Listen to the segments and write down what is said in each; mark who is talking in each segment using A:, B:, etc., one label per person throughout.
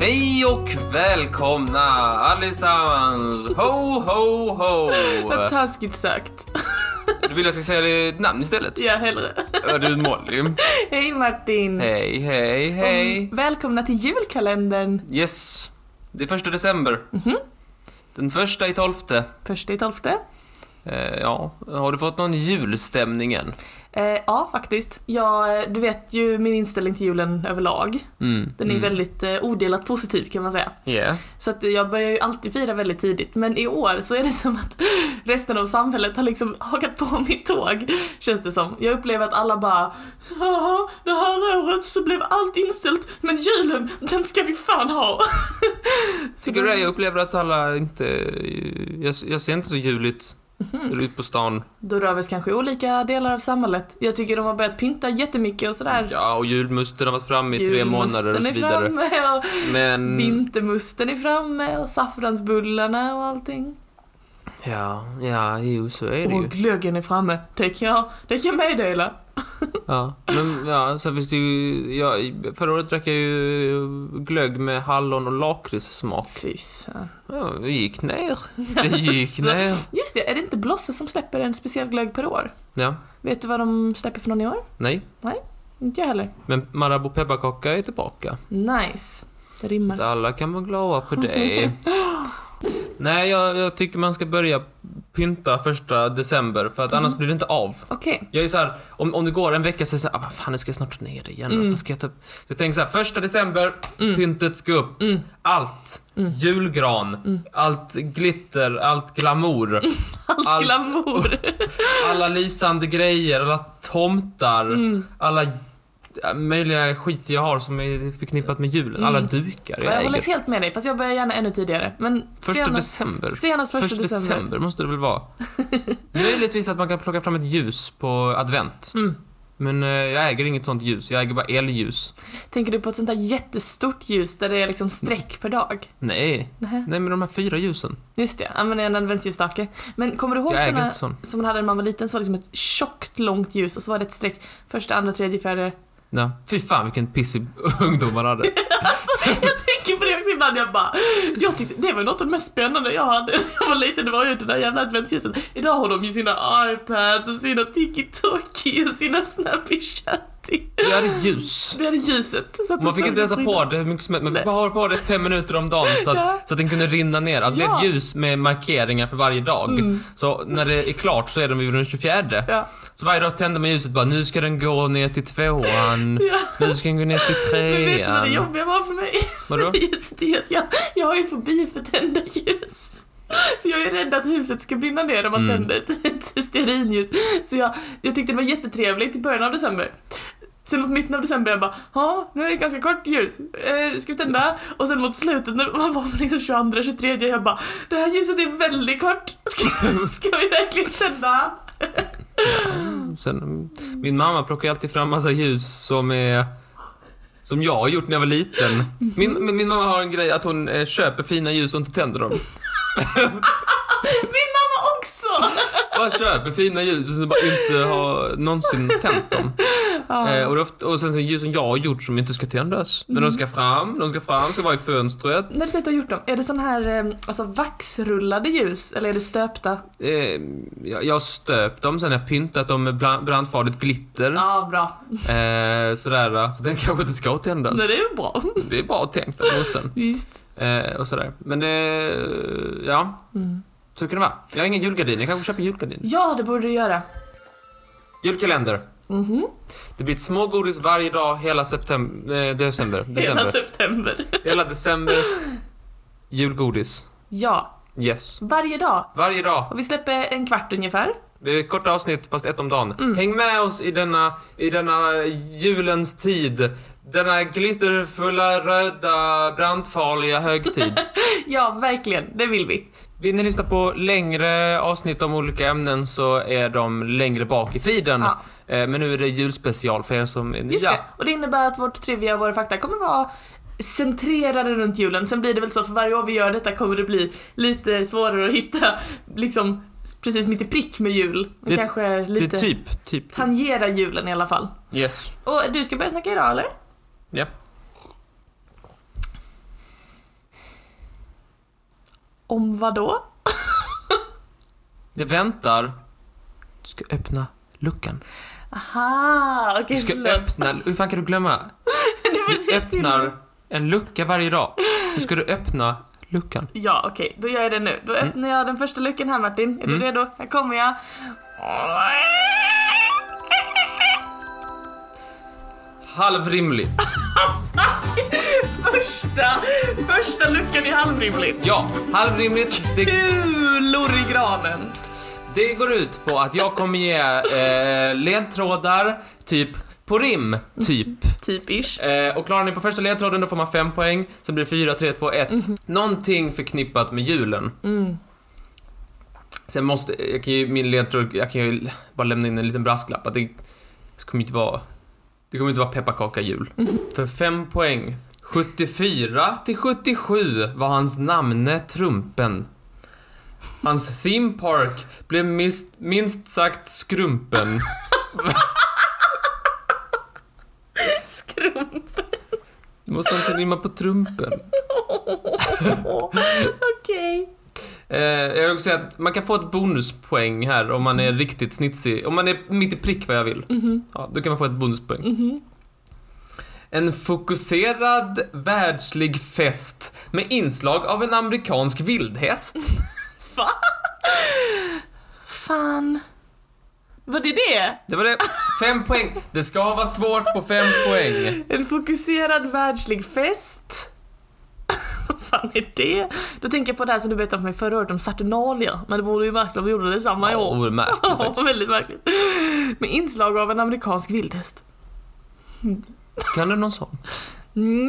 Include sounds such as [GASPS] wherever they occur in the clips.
A: Hej och välkomna allesammans! Ho, ho, ho! eh,
B: Vad taskigt sagt. [LAUGHS]
A: Du vill jag ska säga ditt namn istället?
B: Ja, hellre.
A: Ja. Du Molly.
B: [LAUGHS] Hej Martin!
A: Hej, hej,
B: Mm.
A: hej.
B: Välkomna till julkalendern.
A: Yes. Det är första december.
B: Mhm.
A: Den första i tolfte.
B: Första i tolfte.
A: Eh, ja, har du fått någon julstämning än?
B: Eh, ja, faktiskt. Ja, eh, du vet ju min inställning till julen överlag.
A: Mm.
B: Den är väldigt eh, odelat positiv kan man säga.
A: Yeah.
B: Så att jag börjar ju alltid fira väldigt tidigt, men i år så är det som att [LAUGHS] resten av samhället har liksom hakat på mitt tåg, känns det som. Jag upplever att alla bara Jaha, det här året så blev allt inställt, men julen, den ska vi fan ha!
A: Tycker du det? Jag upplever att alla inte... Jag, jag ser inte så juligt
B: Mhm.
A: ut på stan.
B: Då rör vi oss kanske i olika delar av samhället. Jag tycker de har börjat pynta jättemycket och sådär.
A: Ja, och julmusten har varit framme i tre månader och så
B: Julmusten är
A: vidare. Mm.
B: framme och
A: Men...
B: vintermusten är framme och saffransbullarna och allting.
A: Ja, ja, jo, så är det
B: Och
A: ju.
B: glöggen är framme, det kan jag, det kan jag meddela.
A: Ja, men ja, sen finns det ju... Ja, i- förra året drack jag ju glögg med hallon och lakritssmak.
B: Fy fan.
A: Ja, det gick ner. Det
B: [LAUGHS]
A: gick
B: Alltså.
A: ner.
B: Just det, är det inte Blossa som släpper en speciell glögg per år?
A: Ja,
B: Vet du vad de släpper för någon i år?
A: nej.
B: Inte jag heller.
A: Men Marabou pepparkaka är tillbaka.
B: Nice. Det rimmar.
A: Så alla kan vara glada för det. Nej, jag, jag tycker man ska börja pynta första december, för att annars blir det inte av.
B: Okej.
A: Jag är så här, om, om det går en vecka så är det så här, ah, vad fan nu ska jag snart ner det igen.
B: Mm.
A: Vad Ska jag, ta... upp?" så jag tänker så här, första december, pyntet ska upp.
B: Mm.
A: Allt.
B: Mm.
A: Julgran. Allt glitter, allt
B: [LAUGHS]
A: glamour.
B: Allt
A: Allt- [LAUGHS]
B: glamour.
A: Alla lysande grejer, alla tomtar.
B: Mm.
A: Alla ja, möjliga skit jag har som är förknippat med julen.
B: Mm.
A: Alla dukar
B: Jag
A: jag
B: håller
A: äger.
B: helt med dig, fast jag börjar gärna ännu tidigare. Men
A: Första
B: senast,
A: december.
B: senast första,
A: Första
B: december.
A: december måste det väl vara? Möjligtvis att man kan plocka fram ett ljus på advent.
B: Mm.
A: Men eh, jag äger inget sånt ljus, jag äger bara elljus.
B: Tänker du på ett sånt där jättestort ljus där det är liksom streck per dag?
A: Nej.
B: Nähä.
A: Nej, men de här fyra ljusen.
B: Just det, använder en adventsljusstake. Men kommer du ihåg
A: jag äger
B: såna
A: inte sån.
B: som man hade när man var liten, så var det liksom ett tjockt långt ljus och så var det ett streck första, andra,
A: [LAUGHS]
B: tredje, fjärde.
A: Ja. Fy fan vilken pissig [LAUGHS] ungdom man hade.
B: Jag tänker på det också ibland, jag bara, jag tyckte det var något av det mest spännande jag hade när jag var liten, det var ju det där jävla adventsljuset. Idag har de ju sina iPads och sina Tiki-Toki och sina Snappy Chatty.
A: Jag hade ljus.
B: Det är ljuset. Så att
A: Man
B: du
A: fick
B: såg
A: inte ens
B: det
A: ha på det hur mycket som helst. Man fick
B: Nej.
A: bara ha på det fem minuter om dagen så att,
B: Ja.
A: så att den kunde rinna ner. Alltså det är
B: Ja.
A: ett ljus med markeringar för varje dag.
B: Mm.
A: Så när det är klart så är de vid den 24.
B: Ja.
A: Så varje dag tände man ljuset bara, nu ska den gå ner till tvåan.
B: Ja.
A: Nu ska den gå ner till
B: [LAUGHS] Men vet du vad det
A: trean.
B: jobbiga var för mig?
A: Vadå?
B: [LAUGHS] Just det att jag, jag har ju fobi för tända ljus. Så jag är rädd att huset ska brinna ner om man
A: Mm.
B: tänder ett, ett [LAUGHS] stearinljus. Så jag, jag tyckte det var jättetrevligt i början av december. Sen mot mitten av december jag bara, ja nu är det ganska kort ljus, eh, ska vi tända? Och sen mot slutet när man var liksom 22, 23, jag bara, det här ljuset är väldigt kort,
A: [LAUGHS]
B: ska, ska vi verkligen tända?
A: Sen, min mamma plockar alltid fram massa ljus som är som jag har gjort när jag var liten. Min,
B: Mhm.
A: men min mamma har en grej att hon eh, köper fina ljus och inte tänder dem.
B: Min mamma också!
A: Bara köper fina ljus och sen bara inte har någonsin tänt dem. Eh, och, det är ofta, och sen så ljus som jag har gjort som inte ska tändas. Men de
B: Mhm.
A: ska fram, de ska fram, ska vara i fönstret.
B: När du säger att du har gjort dem, är det sån här eh, alltså vaxrullade ljus eller är det stöpta?
A: Eh, jag, jag har stöpt dem, sen har jag pyntat dem med bra- brandfarligt glitter.
B: Ja, bra.
A: Eh, sådär, eh, så den kanske inte ska tändas.
B: Nej, det är ju bra. [LAUGHS]
A: Det är bra tänkt av morsan.
B: Visst.
A: Eh, och sådär. Men det... Ja.
B: Mm.
A: Så kan det vara. Jag har ingen julgardin. Jag kanske köper julgardin.
B: Ja, det borde du göra.
A: Julkalender.
B: Mhm.
A: Det blir ett smågodis varje dag hela september... Eh, december.
B: [LAUGHS] Hela
A: december.
B: september.
A: Hela december. Julgodis.
B: Ja,
A: Yes.
B: varje dag.
A: Varje dag.
B: Och vi släpper en kvart ungefär.
A: Det är korta avsnitt, fast ett om dagen.
B: Mm.
A: Häng med oss i denna, i denna julens tid. Denna glitterfulla, röda, brandfarliga högtid.
B: Ja, verkligen. Det vill vi.
A: Vill ni lyssna på längre avsnitt om olika ämnen så är de längre bak i feeden.
B: Ja.
A: Eh, Men nu är det julspecial för er som är
B: Just
A: nya.
B: det. Och det innebär att vårt trivia och våra fakta kommer vara centrerade runt julen. Sen blir det väl så för varje år vi gör detta kommer det bli lite svårare att hitta liksom precis mitt i prick med jul. Och
A: Det-
B: kanske lite
A: Det är typ, typ.
B: tangera julen i alla fall.
A: Yes.
B: Och du ska börja snacka idag eller?
A: Ja.
B: Om vad då?
A: Jag väntar. Du ska öppna luckan.
B: Aha, okej
A: Du ska
B: [LAUGHS] förlåt.
A: öppna... Hur fan kan du
B: [LAUGHS]
A: glömma?
B: Du får
A: Du
B: se till.
A: öppnar en lucka varje dag. Nu ska du öppna luckan.
B: Ja, okej, då gör jag det nu. Då öppnar jag den första luckan här Martin. Är du
A: Mm.
B: redo? Här kommer jag. [LAUGHS]
A: Halvrimligt.
B: Första, första luckan i halvrimligt.
A: Ja, halvrimligt. Det,
B: Kulor i granen.
A: det går ut på att jag kommer ge eh, ledtrådar, typ på rim, typ.
B: Typ ish.
A: Eh, och klarar ni på första ledtråden då får man 5 poäng, sen blir det 4, 3, 2, 1. Någonting förknippat med julen. Sen måste, jag kan ju, min ledtråd, jag kan ju bara lämna in en liten brasklapp att det, det kommer inte vara, det kommer inte vara pepparkaka jul. För 5 poäng, 74 till 77 var hans namne Trumpen. Hans theme park blev minst, minst sagt skrumpen.
B: Skrumpen.
A: Det måste alltså rimma på trumpen.
B: Okej.
A: Eh, jag vill också säga att man kan få ett bonuspoäng här om man är riktigt snitsig. Om man är mitt i prick vad jag vill. Ja, då kan man få ett bonuspoäng. En fokuserad världslig fest med inslag av en amerikansk vildhäst.
B: Va? Fan. Var det det?
A: Det var det. Fem poäng. Det ska vara svårt på fem poäng.
B: En fokuserad världslig fest. [LAUGHS] Vad fan är det? Då tänker jag på det här som du berättade för mig förra året om Saturnalia. Men det vore ju märkligt om vi gjorde det samma i
A: Ja,
B: år. [LAUGHS]
A: det vore märkligt
B: Ja,
A: faktiskt.
B: väldigt märkligt. Med inslag av en amerikansk vildhäst.
A: Kan du någon sån?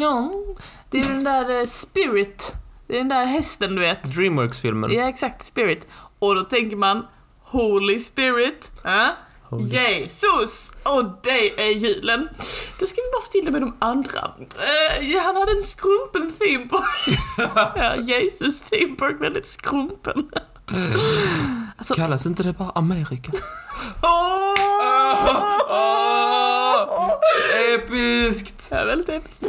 B: Ja, det är ju den där eh, Spirit. Det är den där hästen du vet.
A: Dreamworks-filmen.
B: Ja, exakt. Spirit. Och då tänker man Holy Spirit. Äh?
A: Holy-
B: Jesus! Och det är julen. Då ska vi bara få till det med de andra. Eh, ja, han hade en skrumpen theme [LAUGHS] park. ja, Jesus theme park, väldigt skrumpen. alltså,
A: Kallas inte det bara Amerika? Ah,
B: åh! [LAUGHS]
A: Åh! Episkt!
B: Det är väldigt episkt.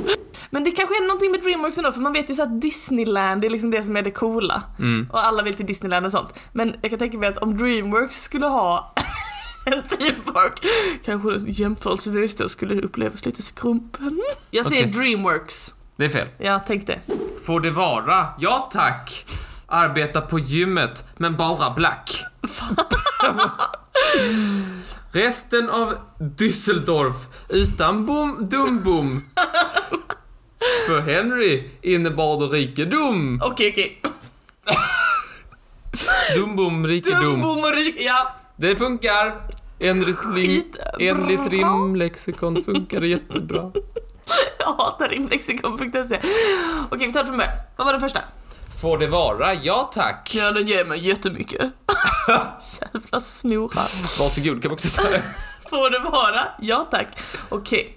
B: Men det kanske är någonting med Dreamworks ändå, för man vet ju så att Disneyland är liksom det som är det coola.
A: Mm.
B: Och alla vill till Disneyland och sånt. Men jag kan tänka mig att om Dreamworks skulle ha [LAUGHS] en theme park kanske det jämförelsevis då skulle upplevas lite skrumpen. Jag säger
A: Okej.
B: Dreamworks.
A: Det är fel.
B: Ja, tänk det.
A: Får det vara? Ja tack! Arbeta på gymmet, men bara
B: [LAUGHS]
A: black. Resten av Düsseldorf utan bom, dumbom. För Henry innebar det rikedom.
B: Okej, okej.
A: Dumbom, rikedom.
B: Dumbo och rik... Ja.
A: Det funkar! Enligt, rim,
B: Skitbra.
A: enligt rimlexikon funkar det jättebra.
B: [LAUGHS] Jag hatar rimlexikon.se. E. Okej, vi tar det från början. Vad var den första?
A: Får det vara? Ja tack!
B: Ja, den ger mig jättemycket. [LAUGHS] Jävla snorar.
A: Varsågod, kan man också säga.
B: Får det vara? Ja tack. Okej.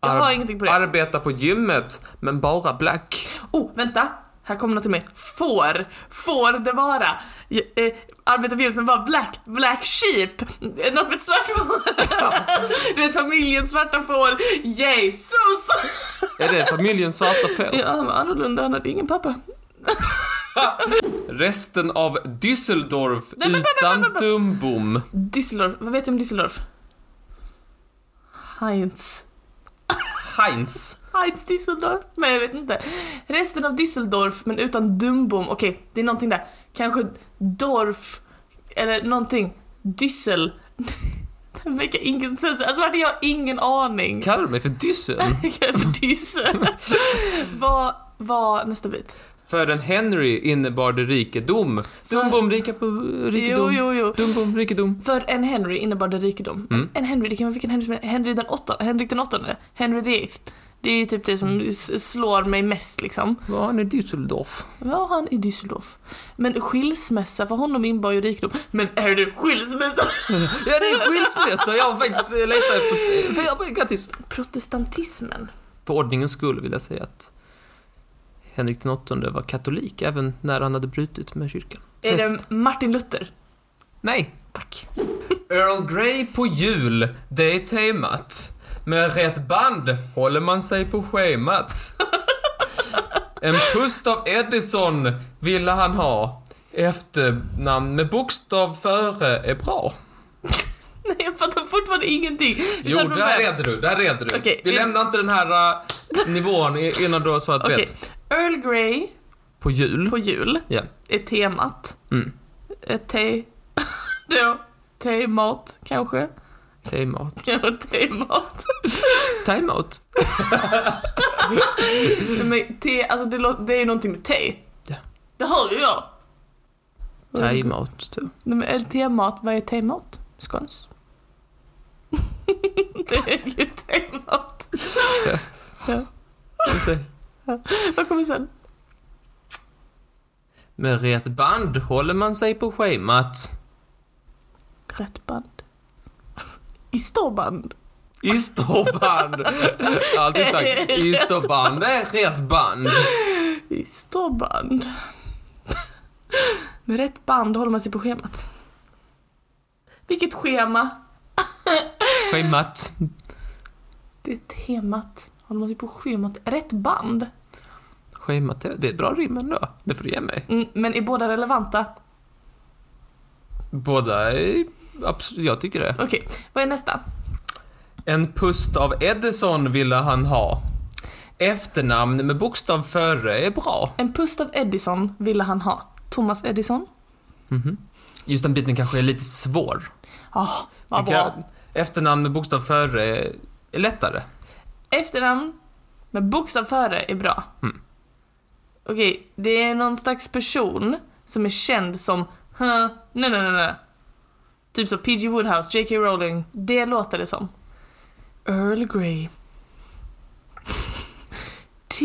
B: Jag har
A: Ar-
B: ingenting på det.
A: Arbeta på gymmet, men bara black.
B: Oh, vänta! Här kommer något till mig. Får, får det vara? Ja, Eh, arbetar vi med bara black, black sheep? Eh, Något med ett svart får? du vet familjen svarta får. Jesus!
A: Är det familjens svarta fält?
B: ja, han var annorlunda, han hade ingen pappa.
A: Resten av Düsseldorf
B: Nej, men, men,
A: utan
B: men, men.
A: dumbom.
B: Düsseldorf, vad vet du om Düsseldorf? Heinz.
A: Heinz.
B: Heinz Düsseldorf? Nej, jag vet inte. Resten av Düsseldorf, men utan Dumbom. Okej, det är någonting där. Kanske Dorf, eller någonting. Düssel. [LAUGHS] Det verkar ingen sens. Alltså Martin, jag har ingen aning. [LAUGHS]
A: Kallar du mig för Düssel?
B: För Düssel. [LAUGHS] Vad var nästa bit?
A: För en Henry innebar det rikedom. Dumbom, rika på
B: Jo,
A: rikedom.
B: jo, jo.
A: Dumbom, rikedom.
B: För en Henry innebar det rikedom.
A: Mm.
B: En Henry, det kan vara vilken Henry som helst. Henry den åttonde, Henrik den åttonde, Henry the eighth. Det är ju typ det
A: Mm.
B: som s- slår mig mest liksom.
A: Var han i Düsseldorf?
B: var han i Düsseldorf. Men skilsmässa för honom innebar ju rikedom. Men är det skilsmässa?
A: Ja, det är skilsmässa. Jag har faktiskt eh, letat efter... eh, för jag- Grattis!
B: Protestantismen.
A: För ordningens skull vill jag säga att Henrik den åttonde var katolik även när han hade brutit med kyrkan.
B: Är
A: Präst.
B: det Martin Luther? [LAUGHS]
A: Nej!
B: Tack.
A: Earl Grey på jul, det är temat. Med rätt band håller man sig på schemat. [LAUGHS] En pust av Edison ville han ha. Efternamn med bokstav före är bra.
B: Nej, jag fattar fortfarande ingenting. Vi
A: Jo,
B: tar från
A: det här
B: början.
A: reder du. Det här reder du.
B: Okej,
A: Vi
B: vi-
A: lämnar inte den här
B: [LAUGHS]
A: äh, nivån i- innan du har svarat
B: Okej.
A: rätt.
B: Earl Grey
A: På jul.
B: på jul
A: Mm. Ja.
B: är temat.
A: Mm.
B: Ett te... [LAUGHS] Då. Temat, kanske? [LAUGHS]
A: Time-out.
B: Kanske temat.
A: Time-out?
B: Men te, alltså det, lå- det är ju någonting med te.
A: Ja.
B: Det hör ju jag.
A: Time-out, tror jag.
B: Nej, men ett temat, vad är temat? Skåns? [LAUGHS] det är ju temat.
A: Får vi se.
B: Vad kommer sen?
A: Med rätt band håller man sig på schemat.
B: Rätt band. I storband.
A: Isterband! Alltid sagt isterband, det är rätt band.
B: I storband. Med rätt band håller man sig på schemat. Vilket schema?
A: Schemat.
B: Det är temat. Håller man sig på schemat? Rätt band?
A: Schemat, det det är ett bra rim ändå. Det får du ge mig.
B: Mm, men är båda relevanta?
A: Båda är... Absolut, jag tycker det.
B: Okej, vad är nästa?
A: En pust av Edison ville han ha. Efternamn med bokstav före är bra.
B: En pust av Edison ville han ha. Thomas Edison?
A: Mhm. Just den biten kanske är lite svår.
B: Ja, Ah, vad
A: Det
B: bra.
A: kan- Efternamn med bokstav före är lättare.
B: Efternamn med bokstav före är bra.
A: Mm.
B: Okej, det är någon slags person som är känd som huh, nej, nej, nej, nej. Typ som PG Woodhouse, J.K. Rowling. Det låter det som. Earl Grey. [LAUGHS] T...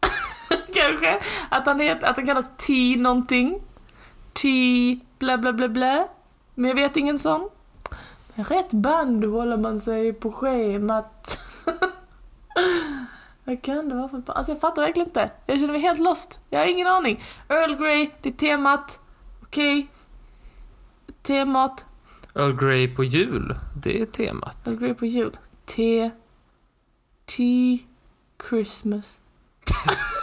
B: [LAUGHS] Kanske? Att han, heter, att han kallas T någonting. T... bla bla bla bla. Men jag vet ingen sån. Med rätt band håller man sig på schemat. Vad kan det vara för band? Alltså jag fattar verkligen inte. Jag känner mig helt lost. Jag har ingen aning. Earl Grey, det är temat. Okej. Temat.
A: Earl Grey på jul, det är temat.
B: Earl Grey på jul. Te. Te. Christmas.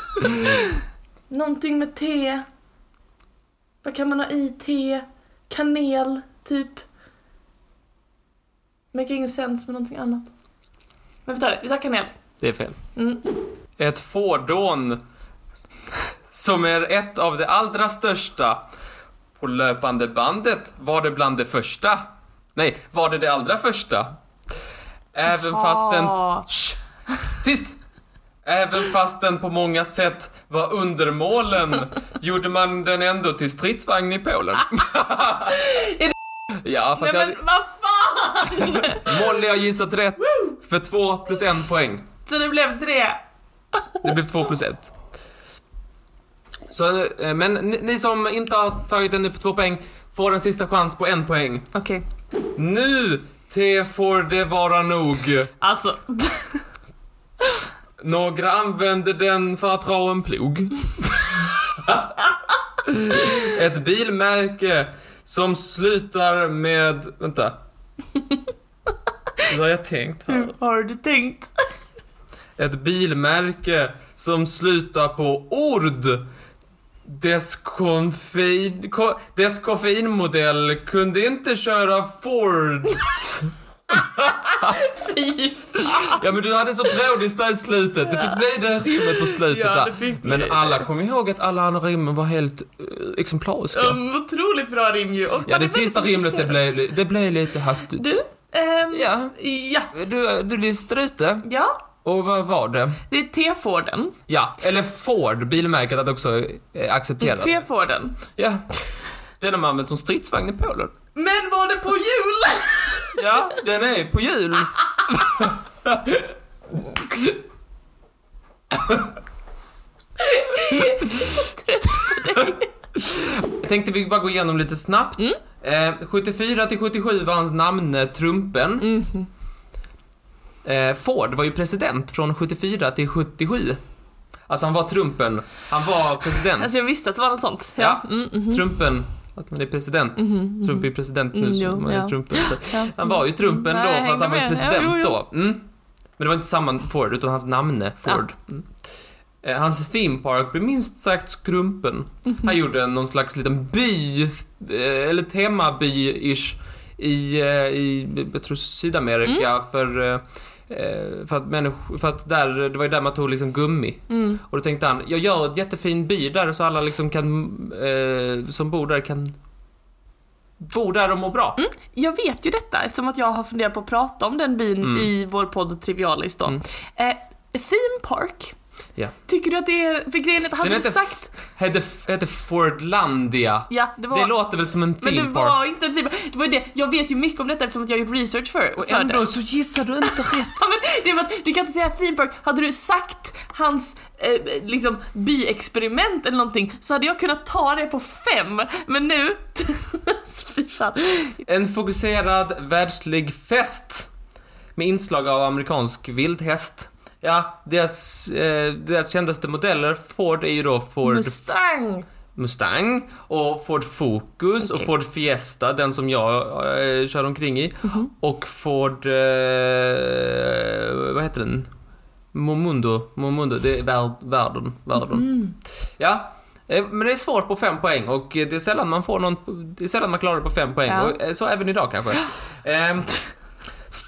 B: [LAUGHS] Någonting med te. Vad kan man ha i te? Kanel, typ. Make ingen sens med någonting annat. Men vi tar det. Vi tar kanel.
A: Det är fel.
B: Mm.
A: Ett fordon som är ett av de allra största. På löpande bandet var det bland det första. Nej, var det det allra första? Även fast den...
B: Ah.
A: Shh! Tyst! Även fast den på många sätt var undermålen gjorde man den ändå till stridsvagn i Polen. ja, fast
B: Nej
A: jag...
B: men vad fan! [LAUGHS]
A: Molly har gissat rätt för två plus en poäng.
B: Så det blev tre.
A: Det blev två plus ett. Så, eh, men ni, ni som inte har tagit den på två poäng får en sista chans på en poäng.
B: Okej.
A: Nu, T får det vara nog.
B: Alltså.
A: Några använder den för att dra en plog. [LAUGHS] Ett bilmärke som slutar med... Vänta. Vad har jag tänkt här?
B: Hur [LAUGHS] har du tänkt?
A: Ett bilmärke som slutar på ord. Dess, konfein, ko, dess koffeinmodell kunde inte köra Ford.
B: Fy fan.
A: Ja men du hade så brådista i slutet. Det fick bli det rimmet på slutet
B: Ja, det
A: där.
B: fick bli
A: Men
B: det.
A: alla kom ihåg att alla andra rimmen var helt eh, exemplariska.
B: Um, otroligt bra rim ju. Och man
A: ja
B: är
A: det
B: väldigt
A: sista rimmet det
B: intresserad.
A: blev, det blev lite hastigt.
B: Du, ehm, ja.
A: Ja,
B: ja.
A: du, du lyste ute.
B: Ja,
A: Och vad var det?
B: det är T-Forden.
A: Ja, eller Ford, bilmärket att också eh, acceptera.
B: T-Forden.
A: Ja. Den har man använt som stridsvagn i Polen.
B: Men var det på jul?
A: Ja, den är på jul. Jag tänkte vi bara gå igenom lite snabbt.
B: Mm.
A: Eh, 74 till 77 var hans namne Trumpen.
B: Mm-hmm.
A: Eh, Ford var ju president från 74 till 77. Alltså han var Trumpen, han var president.
B: [LAUGHS] Alltså jag visste att det var något sånt.
A: Ja.
B: Mm, mhm.
A: Trumpen, att man är president.
B: Mhm, mhm.
A: Trump är president nu,
B: Mm,
A: så
B: jo,
A: man är
B: ja.
A: Trumpen. Så.
B: Ja.
A: Han var ju Trumpen
B: Nej,
A: då för
B: jag
A: att
B: hängde
A: han var
B: med.
A: president
B: Ja, jo, jo.
A: då. Mm. Men det var inte samma Ford, utan hans namne Ford. Mm. Eh, Hans theme park blev minst sagt skrumpen.
B: Mhm.
A: Han gjorde någon slags liten by, eh, eller temaby-ish, i, eh, i jag tror Sydamerika
B: Mm.
A: för, eh, eh, för att människor, för att där, det var ju där man tog liksom gummi.
B: Mm.
A: Och då tänkte han, jag gör ett jättefin by där så alla liksom kan, eh, som bor där kan bo där och må bra.
B: Jag vet ju detta eftersom att jag har funderat på att prata om den byn
A: Mm.
B: i vår podd Trivialis då.
A: Mm.
B: Eh, theme Park.
A: Ja.
B: Tycker du att det är... För grejen är att hade
A: Den
B: du
A: heter
B: sagt...
A: Hette, hette Fordlandia.
B: Ja, det var...
A: Det låter väl som en
B: men det
A: theme park?
B: var inte en theme park. Det var ju det. Jag vet ju mycket om detta eftersom att jag har gjort research för,
A: Och
B: för
A: ändå
B: det.
A: så gissar du inte
B: [LAUGHS]
A: rätt.
B: Ja, men det är för att du kan inte säga theme park. Hade du sagt hans eh, liksom, byexperiment eller någonting så hade jag kunnat ta det på fem. Men nu... [LAUGHS] Fy fan.
A: En fokuserad världslig fest med inslag av amerikansk vildhäst. Ja, deras, eh, deras kändaste modeller, Ford, är ju då Ford
B: Mustang!
A: Mustang och Ford Focus och
B: Okej.
A: Ford Fiesta, den som jag eh, kör omkring i.
B: Mhm.
A: Och Ford... Eh, vad heter den? Momundo. Momundo, det är värld, världen. världen.
B: Mm.
A: Ja. eh, Men det är svårt på fem poäng och eh, det är sällan man får någon, det är sällan man klarar det på fem poäng.
B: Ja.
A: Och, eh, så även idag
B: [GASPS]
A: kanske. Ehm,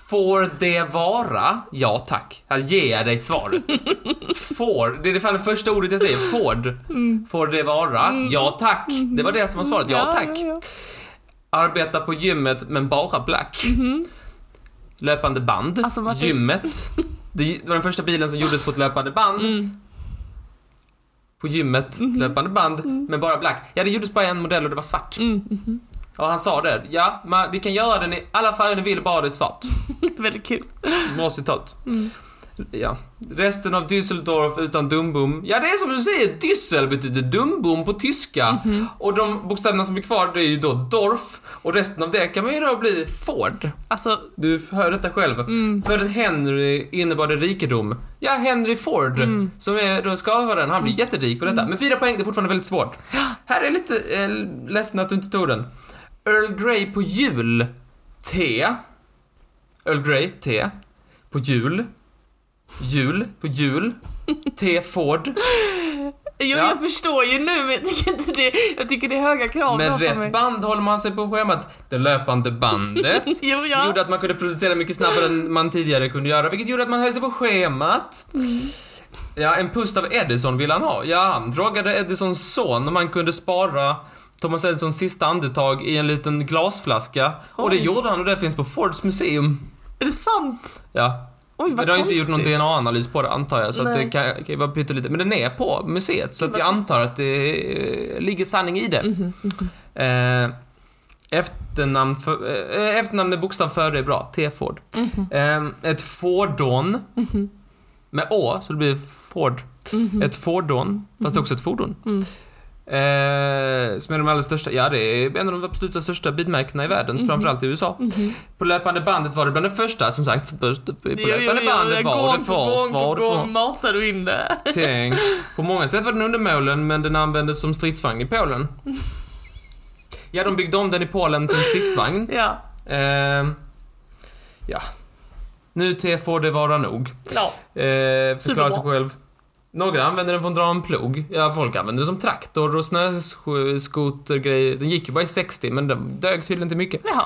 A: får det vara? Ja tack. Här ger jag dig svaret. Får, det är fan det första ordet jag säger. Ford.
B: Mm.
A: Får det vara? Ja tack. Det var det som var svaret. Ja tack.
B: ja, ja.
A: Arbeta på gymmet men bara black. Löpande band.
B: Mm-hmm. Alltså, Martin-
A: Gymmet. Det var den första bilen som gjordes på ett löpande band.
B: Mm.
A: På gymmet,
B: Mm-hmm.
A: löpande band, men bara black. Ja, det gjordes bara en modell och det var svart.
B: Mm. [LAUGHS]
A: Och han sa det. Ja, man, vi kan göra den i alla färger ni vill, bara det är svart.
B: Väldigt kul.
A: Bra citat. Ja. Resten av Düsseldorf utan dumbom. Ja, det är som du säger, Düssel betyder dumbom på tyska. Och de bokstäverna som är kvar, det är ju då Dorf. Och resten av det kan man ju då bli Ford.
B: Alltså,
A: Du hör detta själv. För en Henry innebar det rikedom. Ja, Henry Ford, som är då skaparen, han blir jätterik på detta. Men fyra poäng, det är fortfarande väldigt svårt. Här är lite eh, ledsen att du inte tog den. Earl Grey på jul. T. Earl Grey, T. På jul. Jul, på jul. T. Ford.
B: Jo,
A: Ja.
B: jag förstår ju nu, men jag tycker, inte det, jag tycker det är höga krav då
A: Med
B: på mig.
A: rätt band håller man sig på schemat. Det löpande bandet.
B: [LAUGHS] Jo,
A: Det
B: ja.
A: gjorde att man kunde producera mycket snabbare än man tidigare kunde göra, vilket gjorde att man höll sig på schemat.
B: Mm.
A: Ja, en pust av Edison ville han ha. Ja, han frågade Edisons son om han kunde spara Thomas Edisons sista andetag i en liten glasflaska. Och det
B: Oj.
A: gjorde han och det finns på Fords museum.
B: Är det sant?
A: Ja.
B: Oj,
A: Men
B: vad
A: det har inte
B: konstigt.
A: gjort någon DNA-analys på det antar jag, så att
B: Nej.
A: det kan, kan ju vara pyttelite. Men den är på museet, så
B: Gud,
A: att
B: vad
A: jag antar att det eh, ligger sanning i det.
B: Mm-hmm, Mm.
A: Eh, efternamn, för, eh, efternamn med bokstav före är bra, T. Ford. Eh, ett fordon
B: mm-hmm,
A: med Å, så det blir Ford. Ett fordon, fast också ett fordon.
B: Mm.
A: Eh, som är de allra största, ja det är en av de absoluta största bilmärkena i världen,
B: Mm-hmm.
A: framförallt i USA. På löpande bandet var det bland det första, som sagt, först- på
B: Jo, jo,
A: löpande
B: jo,
A: bandet
B: jag
A: var
B: gång
A: det
B: på
A: först,
B: gång på
A: var det först.
B: gång matar du in det. [LAUGHS]
A: Tänk. På många sätt var den undermålen, men den användes som stridsvagn i Polen. Ja, de byggde om den i Polen till en stridsvagn.
B: Ja.
A: Ehm, ja. Nu till får det vara nog.
B: ja.
A: Eh, förklara sig
B: Superbra.
A: själv. Några använder den för att dra en plog. Ja, folk använder den som traktor och snöskotergrejer. Den gick ju bara i 60, men den dög tydligen inte mycket.
B: Jaha.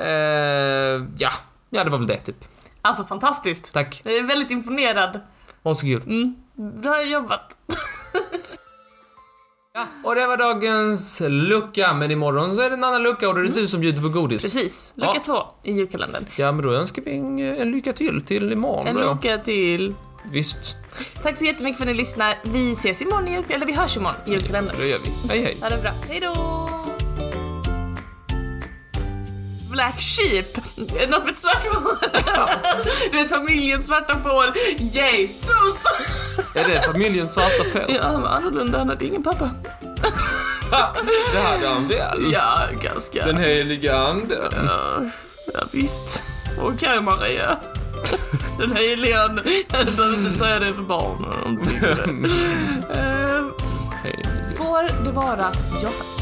A: Eh, ja. ja, det var väl det typ.
B: Alltså fantastiskt.
A: Tack.
B: Jag är väldigt imponerad.
A: Varsågod.
B: Mm. Bra jobbat.
A: Ja, och det var dagens lucka, men imorgon så är det en annan lucka och då är det du som bjuder på godis.
B: Mm. Precis. Lucka
A: Ja.
B: två i julkalendern.
A: Ja, men då önskar vi en, eh, en lycka till till imorgon
B: En
A: då.
B: lucka till.
A: Visst,
B: Tack så jättemycket för att ni lyssnar. Vi ses imorgon i julkalendern. Eller vi hörs imorgon i julkalendern.
A: det gör vi. Hej, hej.
B: Ha det bra. Hej då! Black Sheep. Något med ett svart [LAUGHS] får. Du vet familjen svarta får. Jesus!
A: Är det familjens svarta fält?
B: Ja, han var annorlunda. Han hade ingen pappa.
A: Det hade han väl?
B: Ja, ganska.
A: Den heliga anden.
B: Ja, ja visst. Okej Maria. Den här eleven, du behöver inte säga det för [LAUGHS] barnen om du vill det. Ehm,
A: Hej.
B: Får det vara ja?